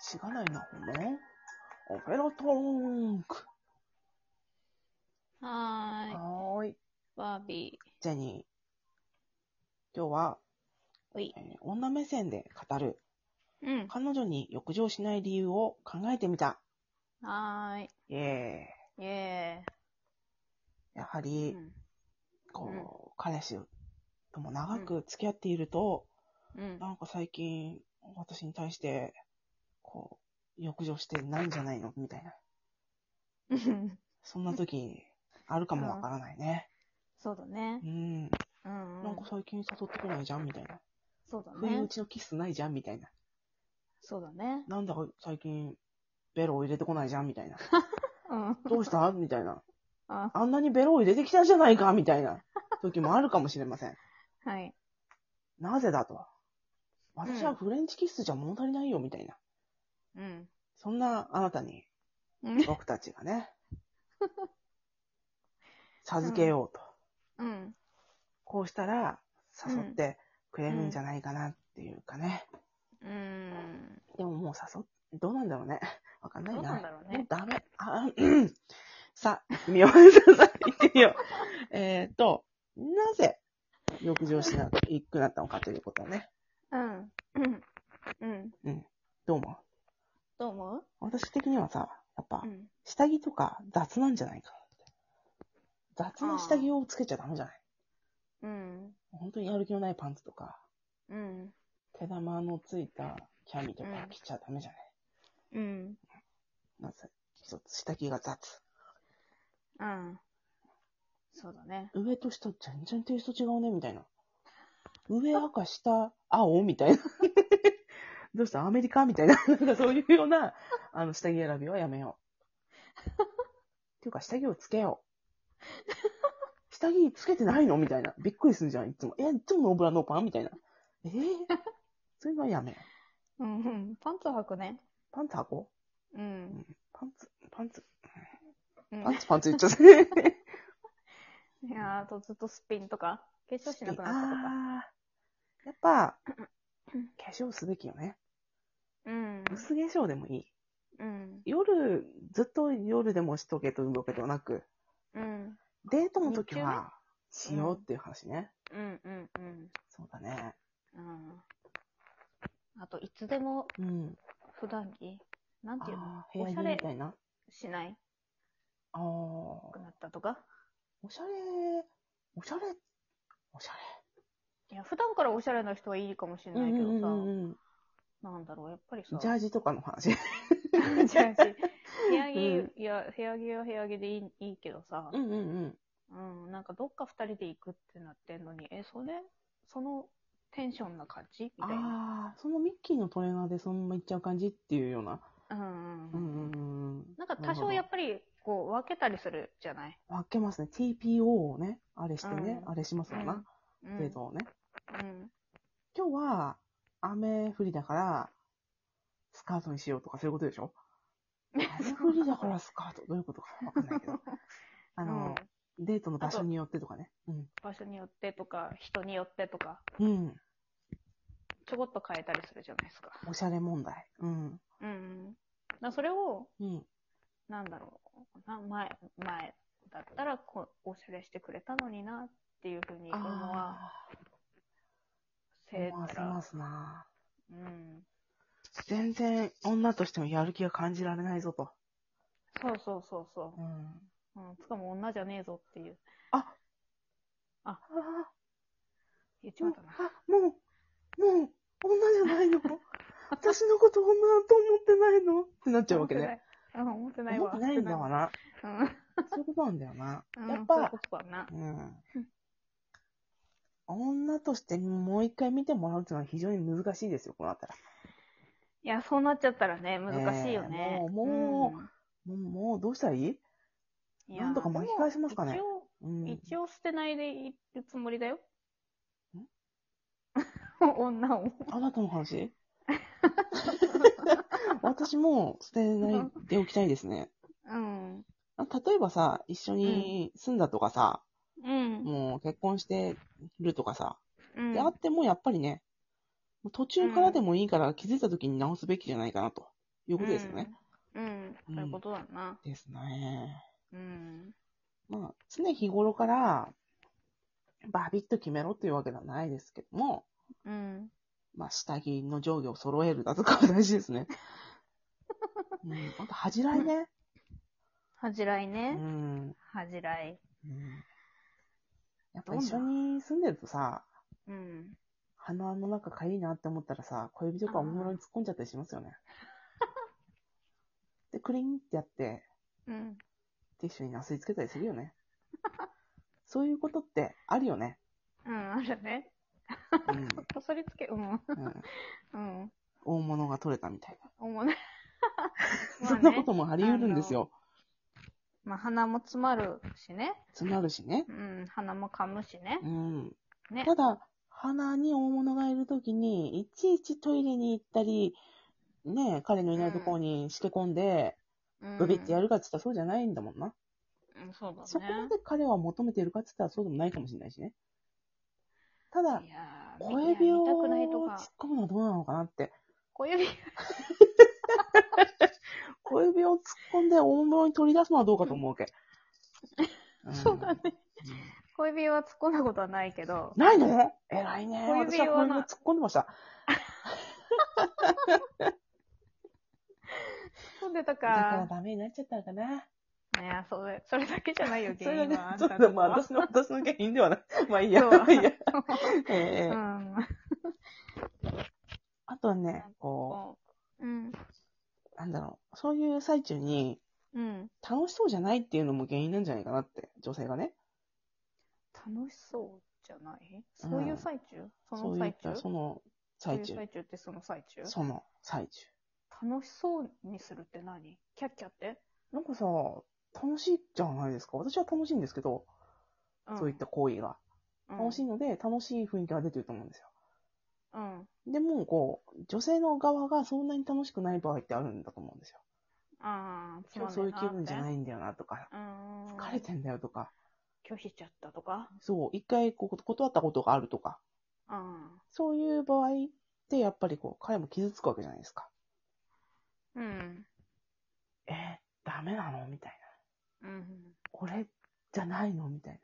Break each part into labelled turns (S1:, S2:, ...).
S1: しがないなほのオペラトーンク。
S2: はーい。
S1: はーい。
S2: バービ
S1: ジェニー。今日は、
S2: ー。おい
S1: え。ー女目線で語る。
S2: うん。
S1: 彼女に欲情しない理由を考えてみた。
S2: はーい。
S1: イエ
S2: イエ
S1: ーイ。やは
S2: ーイ。
S1: り
S2: う、ん。
S1: こう、
S2: うん
S1: 彼氏とも長く付き合っていると、
S2: うん。
S1: なんか最近、私に対して、こう、欲情してないんじゃないのみたいな。そんな時、あるかもわからないね。
S2: そうだね
S1: う。ん。
S2: うん、う
S1: なん
S2: ん
S1: か。最近誘ってこないじゃんみたいな。
S2: そうだ
S1: 不意打
S2: ね。
S1: ちのキスないじゃんみたいな。
S2: そうだね。
S1: なんだか最近、ベロを入れてこないじゃんみたいな。
S2: うん。
S1: どうしたみたいな。
S2: あ、
S1: あんなにベロを入れてきたじゃないかみたいな 時もあるかもしれません。
S2: はい。
S1: なぜだと。私
S2: う
S1: は
S2: ん
S1: フレンチキスじゃ物足りないよみたいな。
S2: うん。
S1: そんなあなたに、
S2: うん。
S1: 僕たちが ね、授けようと。
S2: うん。
S1: こうしたら、誘ってくれるんじゃないかなっていうかね。
S2: うん。
S1: でももう誘っ、どうなんだろうね。わかんない
S2: どう
S1: な。
S2: なんだろうね。
S1: ダメ。あ、うん。 さあ、行ってみよう。さあ、行ってみよう。えっと、なぜ、浴場しなくなったのかということはね。
S2: うん。うん。うん。
S1: どうも。
S2: どう思う
S1: 私的にはさ、やっぱ
S2: う、ん。
S1: 下着とか雑なんじゃないかなって。雑な下着をつけちゃダメじゃない
S2: うん。
S1: 本当にやる気のないパンツとか、
S2: うん。
S1: 手玉のついたキャミとか
S2: うん
S1: 着ちゃダメじゃない、
S2: うん。
S1: なぜ一つ下着が雑。
S2: うん。そうだね。
S1: 上と下全然テイスト違うね、みたいな。上赤、下青みたいな。 どうしたアメリカみたいな。 なんかそういうような、あの、下着選びはやめよう。 っていうか、下着をつけよう。 下着つけてないのみたいな。びっくりするじゃん、いつも。え、いつもノーブラノーパンみたいな。えー、そういうのはやめよう。
S2: うん。うんパンツを履くね。
S1: パンツ履こ
S2: うん。
S1: う。パンツ、パンツ、
S2: うん
S1: パンツ、パンツ言っ ちゃった。
S2: いやーあとずっとすっぴんとか、化粧しなくなったとか。
S1: あーやっぱ、
S2: うん
S1: 化粧すべきよね。
S2: うん。
S1: 薄化粧でもいい。
S2: うん。
S1: 夜、ずっと夜でもしとけというわけではなく、
S2: うん。
S1: デートの時
S2: 日中
S1: は、しようっていう話ね。
S2: うん。うん。うん。
S1: そうだね。
S2: うん。あと、いつでも
S1: うん。
S2: 普段着、なんていうの
S1: ああ、部
S2: おし
S1: 屋
S2: ゃ
S1: 着
S2: れ
S1: みたいな。
S2: しない
S1: ああ、お
S2: くなったとか。
S1: しゃれ、おしゃれ、おしゃ
S2: いや、普段からおしゃれな人はいいかもしれ
S1: れ。
S2: ないけどさ、
S1: うんうん
S2: なんだろう、やっぱり
S1: う
S2: さ
S1: ん、ジャージとかの話。
S2: ジャージ。部屋着、
S1: う
S2: いや、部屋着は部屋着でいいいいけどさ、
S1: うんうんうん。
S2: うん、なんかどっか二人で行くってなってんのに、え、それそのテンションな感じみたいな。
S1: ああ、そのミッキーのトレーナーでそのまま行っちゃう感じっていうような。
S2: うん
S1: う
S2: うん
S1: ん
S2: うん。
S1: うんうん。
S2: なんか多少やっぱり、こう、分けたりするじゃない
S1: 分けますね。TPO をね、あれしてね、
S2: うん
S1: あれしますよな。
S2: う
S1: デー
S2: ん。
S1: トをね。
S2: うん。
S1: 今日は雨降りだから、スカートにしようとかそういうことでしょ雨降りだからスカート。どういうことかわかんないけど。あの、
S2: うん
S1: デートの場所によってとかね。うん。
S2: 場所によってとか、人によってとか、
S1: うん。
S2: ちょこっと変えたりするじゃないですか。
S1: おしゃれ問題。うん。
S2: うんうん。だからそれを、
S1: うん。
S2: なんだろう、な前、前だったらこう、おしゃれしてくれたのになっていうふうに思
S1: あ
S2: わ
S1: あ
S2: せ
S1: ー、思わせ
S2: た
S1: ま
S2: ら、
S1: すな。
S2: うん。
S1: 全然女としてもやる気が感じられないぞと。
S2: そうそうそうそ
S1: うん。
S2: う。うん、つかも女じゃねえぞっていう。
S1: ああ、
S2: 言っち
S1: も
S2: ま
S1: う
S2: ったな。
S1: あもう、もう、女じゃない の。私のこと女だと思ってないのってなっちゃうわけね。
S2: 思ってない。うん、
S1: 思
S2: 思
S1: って
S2: って
S1: な
S2: ないわ。
S1: いんだわな。
S2: うん。
S1: そういうことなんだよな。
S2: うん。
S1: や
S2: や
S1: っ
S2: っ
S1: ぱ
S2: ぱ、そういうことだな。
S1: うん
S2: うん。
S1: 女としてもう一回見てもらうっていうのは非常に難しいですよ、このあたら。
S2: いや、そうなっちゃったらね、難しいよ
S1: ね
S2: ね。
S1: えもうももう、もうどうしたらいい
S2: うん、
S1: なんとか巻き返せますかね
S2: いやでも
S1: うん。
S2: 一応、一応捨てないでいるつもり だよ。
S1: ん
S2: 女を。
S1: あなたの 話私も捨てないでおきたいですね。
S2: うん。
S1: あ例えばさ、一緒に住んだとかさ、
S2: うん。
S1: もう結婚してるとかさ、
S2: うん
S1: であってもやっぱりね、途中からでもいいから気づいた時に直すべきじゃないかなと。いうことですよね。
S2: うん。うん。そういうことだな。
S1: ですね。
S2: うん。
S1: まあ、常日頃から、バビッと決めろっていうわけではないですけども、
S2: うん。
S1: まあ、下着の上下を揃えるだとかは大事ですね。うん、あと、恥じらいね。
S2: 恥じらいうね。
S1: ん。
S2: 恥じらい。
S1: うんやっぱ一緒に住んでるとさ、
S2: うん。
S1: 鼻の中かゆいなって思ったらさ、小指とかおもむろに突っ込んじゃったりしますよ ね。で、クリンってやって、
S2: うん。
S1: ティッシュになすりつけたりするよね。そういうことってあるよね。
S2: うん、あるね。
S1: うん。
S2: こそりつけ、うん。
S1: うん、
S2: うん。
S1: 大物が取れたみたい
S2: 主 な。
S1: な。
S2: ま
S1: そ
S2: あ
S1: んな
S2: ね
S1: こ。ともあり得るんですよ。
S2: まあ鼻も詰まるしね。
S1: 詰まるしね。
S2: うん。鼻も噛むしね。
S1: うん。
S2: ね
S1: ただ、鼻に大物がいるときに、いちいちトイレに行ったり、ねえ、彼のいないところにしけ込んで、
S2: うん。
S1: ブビってやるかって言ったらそうじゃないんだもんな。
S2: うん、そうだ
S1: そこま
S2: ね。
S1: で彼は求めてるかって言ったらそうでもないかもしれないしね。ただ、
S2: いやー
S1: 小指を
S2: 見たくないと
S1: 突
S2: か
S1: っ。込むのはどうなのかなって。
S2: 小指、
S1: 小指を突っ込んで大物に取り出すのはどうかと思う わけ。ん
S2: そうだね。小指は突っ込んだことはないけど。
S1: ないの偉いね。
S2: 小
S1: 私
S2: 指
S1: は小指
S2: は
S1: を
S2: な
S1: 突っ込んでました。
S2: 突っ込んでた
S1: だから
S2: か。
S1: ダメになっちゃったのかな。
S2: いや、それ、それだけじゃない よ、
S1: そ
S2: 原
S1: れ
S2: 因
S1: で、
S2: は。
S1: そう
S2: あんた
S1: だ、
S2: の
S1: まあ私の、私の原因ではない。まあいいや。
S2: そう
S1: まあいい や。ええ
S2: うん。
S1: あとはね、こ
S2: うん。
S1: う、なんだろう。そういう最中に、
S2: うん。
S1: 楽しそうじゃないっていうのも原因なんじゃないかなって、女性がね。
S2: 楽しそうじゃないそういう最中そ
S1: そ
S2: の
S1: うい
S2: 最
S1: った、
S2: 中
S1: その
S2: そう
S1: 最
S2: いう
S1: 中。
S2: 最中ってその最中
S1: その最中。
S2: 楽しそうにするって何キャッキャって
S1: なんかさ、楽しいじゃないですか。私は楽しいんですけど、そういった、行為が。
S2: うん
S1: 楽しいので、楽しい雰囲気が出てると思うんですよ。
S2: うん。うん
S1: でも、こう、女性の側がそんなに楽しくない場合ってあるんだと思うんですよ。
S2: ああ、つ
S1: 今
S2: ま
S1: 日
S2: ん
S1: そういう気分じゃ
S2: ね
S1: ないんだよなとか、
S2: えなって。
S1: 疲れてんだよとか、
S2: うん。拒否しちゃったとか。
S1: そう、一回こう断ったことがあるとか、
S2: うん。
S1: そういう場合ってやっぱりこう、彼も傷つくわけじゃないですか。
S2: うん。
S1: えー、ダメなのみたいな。
S2: うん。
S1: 俺じゃないのみたいな。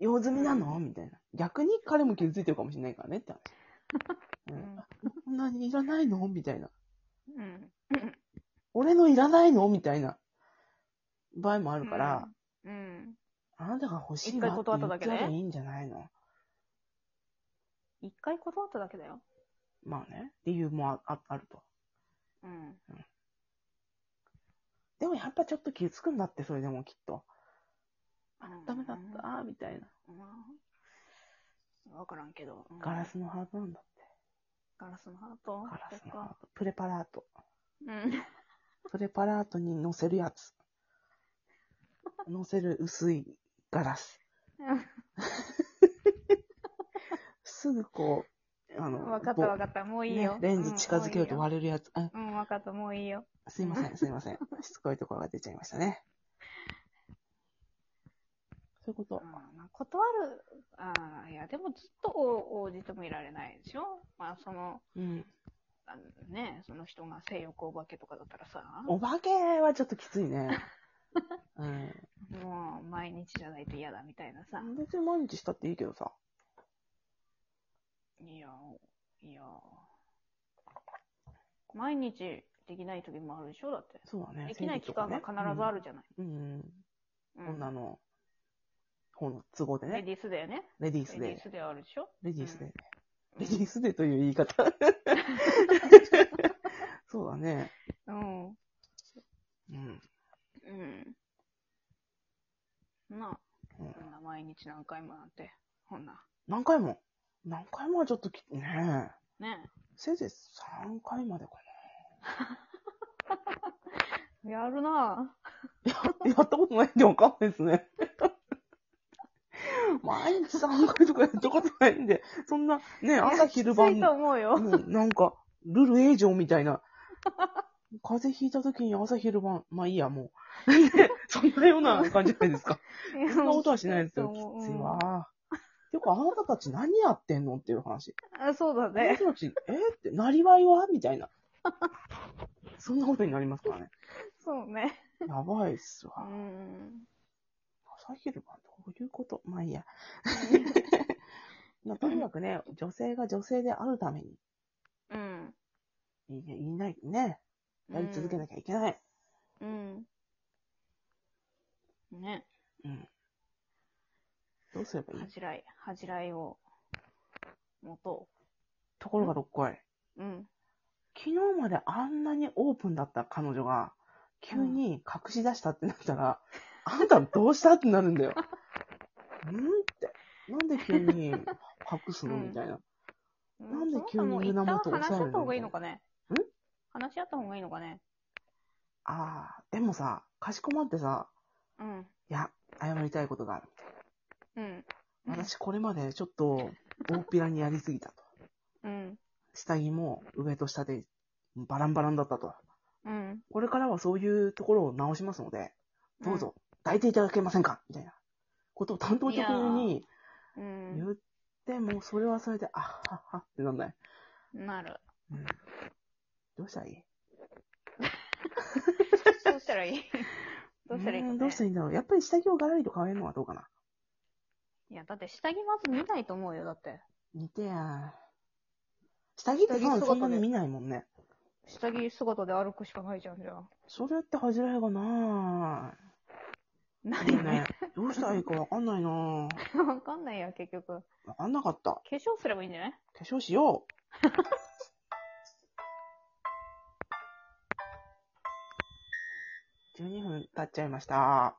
S1: 用済みなのみたいな。逆に彼も傷ついてるかもしれないからね って話。う
S2: うんん。
S1: こんなにいらないのみたいな。
S2: うん。
S1: 俺のいらないのみたいな場合もあるから、
S2: うん。
S1: あなたが欲しい
S2: 一
S1: わ
S2: 回
S1: って
S2: 断っ
S1: 言
S2: ただ
S1: っ
S2: け
S1: ち
S2: で
S1: ゃえばいいんじゃないの
S2: 一回断っただけだよ。
S1: まあね、理由もあああると。
S2: うん。
S1: でもやっぱちょっと傷つくんだって、それでもきっと。あ
S2: うん、
S1: ダメだった、みたいな。
S2: うん。わからんけど。うん
S1: ガラスのハートなんだって。
S2: ガラスのハート
S1: ガラスのハー
S2: か。
S1: ト。プレパラート。
S2: うん。
S1: プレパラートに乗せるやつ。乗せる薄いガラス。すぐこう、あの、
S2: わかったわかった。もういいよ。
S1: ねレンズ近づけると割
S2: 割
S1: れるやつ。あ
S2: れうん、わかった。もういいよ。
S1: すいません、すいません。しつこいところが出ちゃいましたね。そういうこと
S2: うん。まあ断る、ああ、いや、でもずっと応応じてもいられないでしょまあ、その、
S1: うん。
S2: あのね、その人が性欲お化けとかだったらさ、
S1: お化けはちょっときついね。うん。
S2: もう毎日じゃないと嫌だみたいなさ。
S1: 別に毎日したっていいけどさ。
S2: いや、いや、毎日できない時もあるでしょだって。
S1: そうだね。
S2: できない期間が必ずあるじゃない。
S1: 生理とかね。うん。
S2: うん
S1: うん女の方の都合で
S2: レ
S1: ね。
S2: ディースだよね。
S1: レディー
S2: レ
S1: ス
S2: ディ
S1: で
S2: ー。スであるでしょ
S1: レディースで。レデ
S2: う
S1: ィースでという言い 方。そうだね。
S2: ん。
S1: うん。
S2: うん。なあ、
S1: うん
S2: こんな毎日何回もなんて、ほんな。
S1: 何回も。何回もはちょっとき、ねえ。
S2: ね
S1: せいぜい3回までか
S2: え。やるなあ
S1: な。や ったことないんでわかんないですね。 毎日3回とかやったことないんで、そんな、ね、朝昼
S2: きつ
S1: 晩
S2: いと、思うよ。
S1: うんなんか、ルルエイジョンみたいな。 風邪ひいた時に朝昼晩、まあいいや、もう。 そんなような感じじゃないですか。 そんなことはしないですよ。
S2: き
S1: き
S2: ついと思う
S1: つい わ。ていうか、あなたたち何やってんの っていう話。
S2: うんあそうだ
S1: あな
S2: ね。
S1: たたち、えって、なりわいはみたいな。 そんなことになりますからね。
S2: そうね。
S1: やばいっす
S2: う
S1: わ。
S2: ん。
S1: 朝昼晩どういうことまあいい や。まあとにかくね、女性が女性であるために、
S2: うん。
S1: いいいない、ね、やり続けなきゃいけない。
S2: うん。ね。
S1: うん。どうすればいい
S2: 恥じらい、恥じらいを持と
S1: ところがどっこい。
S2: う。うん。
S1: 昨日まであんなにオープンだった彼女が、急に隠し出したってなったら、あんたどうしたってなるんだよ。ん って。なんで急に隠すの
S2: うん
S1: みたいな。
S2: なん
S1: で急に胸元押さえるの
S2: 話し合った方がいいのかね
S1: ん
S2: 話し合った方がいいのかね
S1: ああ、でもさ、かしこまってさ、
S2: うん。
S1: いや、謝りたいことがある。
S2: うん。
S1: 私これまでちょっと、大っぴらにやりすぎたと。
S2: うん。
S1: 下着も上と下でバランバランだったと。
S2: うん。
S1: これからはそういうところを直しますので、どうぞ、抱いていただけませんかみたいなことを担当直入に
S2: うん。うん
S1: 言っても、それはそれで、あはっはってなんない。
S2: なる。
S1: うんどうしたらいい
S2: どうし たらいいどうしたらいいか、
S1: う
S2: ね
S1: ん、どうしたらいいんだろう。やっぱり下着をガラリと変えるのはどうかな。
S2: いや、だって下着まず見ないと思うよ、だって。
S1: 似てや。下着って
S2: 下着姿で
S1: そんなに見ないもんね。
S2: 下着姿で歩くしかないじゃん、じゃあ。
S1: それって恥じらいがな
S2: ない
S1: い。
S2: よ
S1: もう
S2: ね
S1: ね。、どうしたらいいかわかんないなわ
S2: わかんないよ、結局。
S1: かんなかった。
S2: 化粧すればいいんじゃない
S1: 化粧しよう。12分経っちゃいました。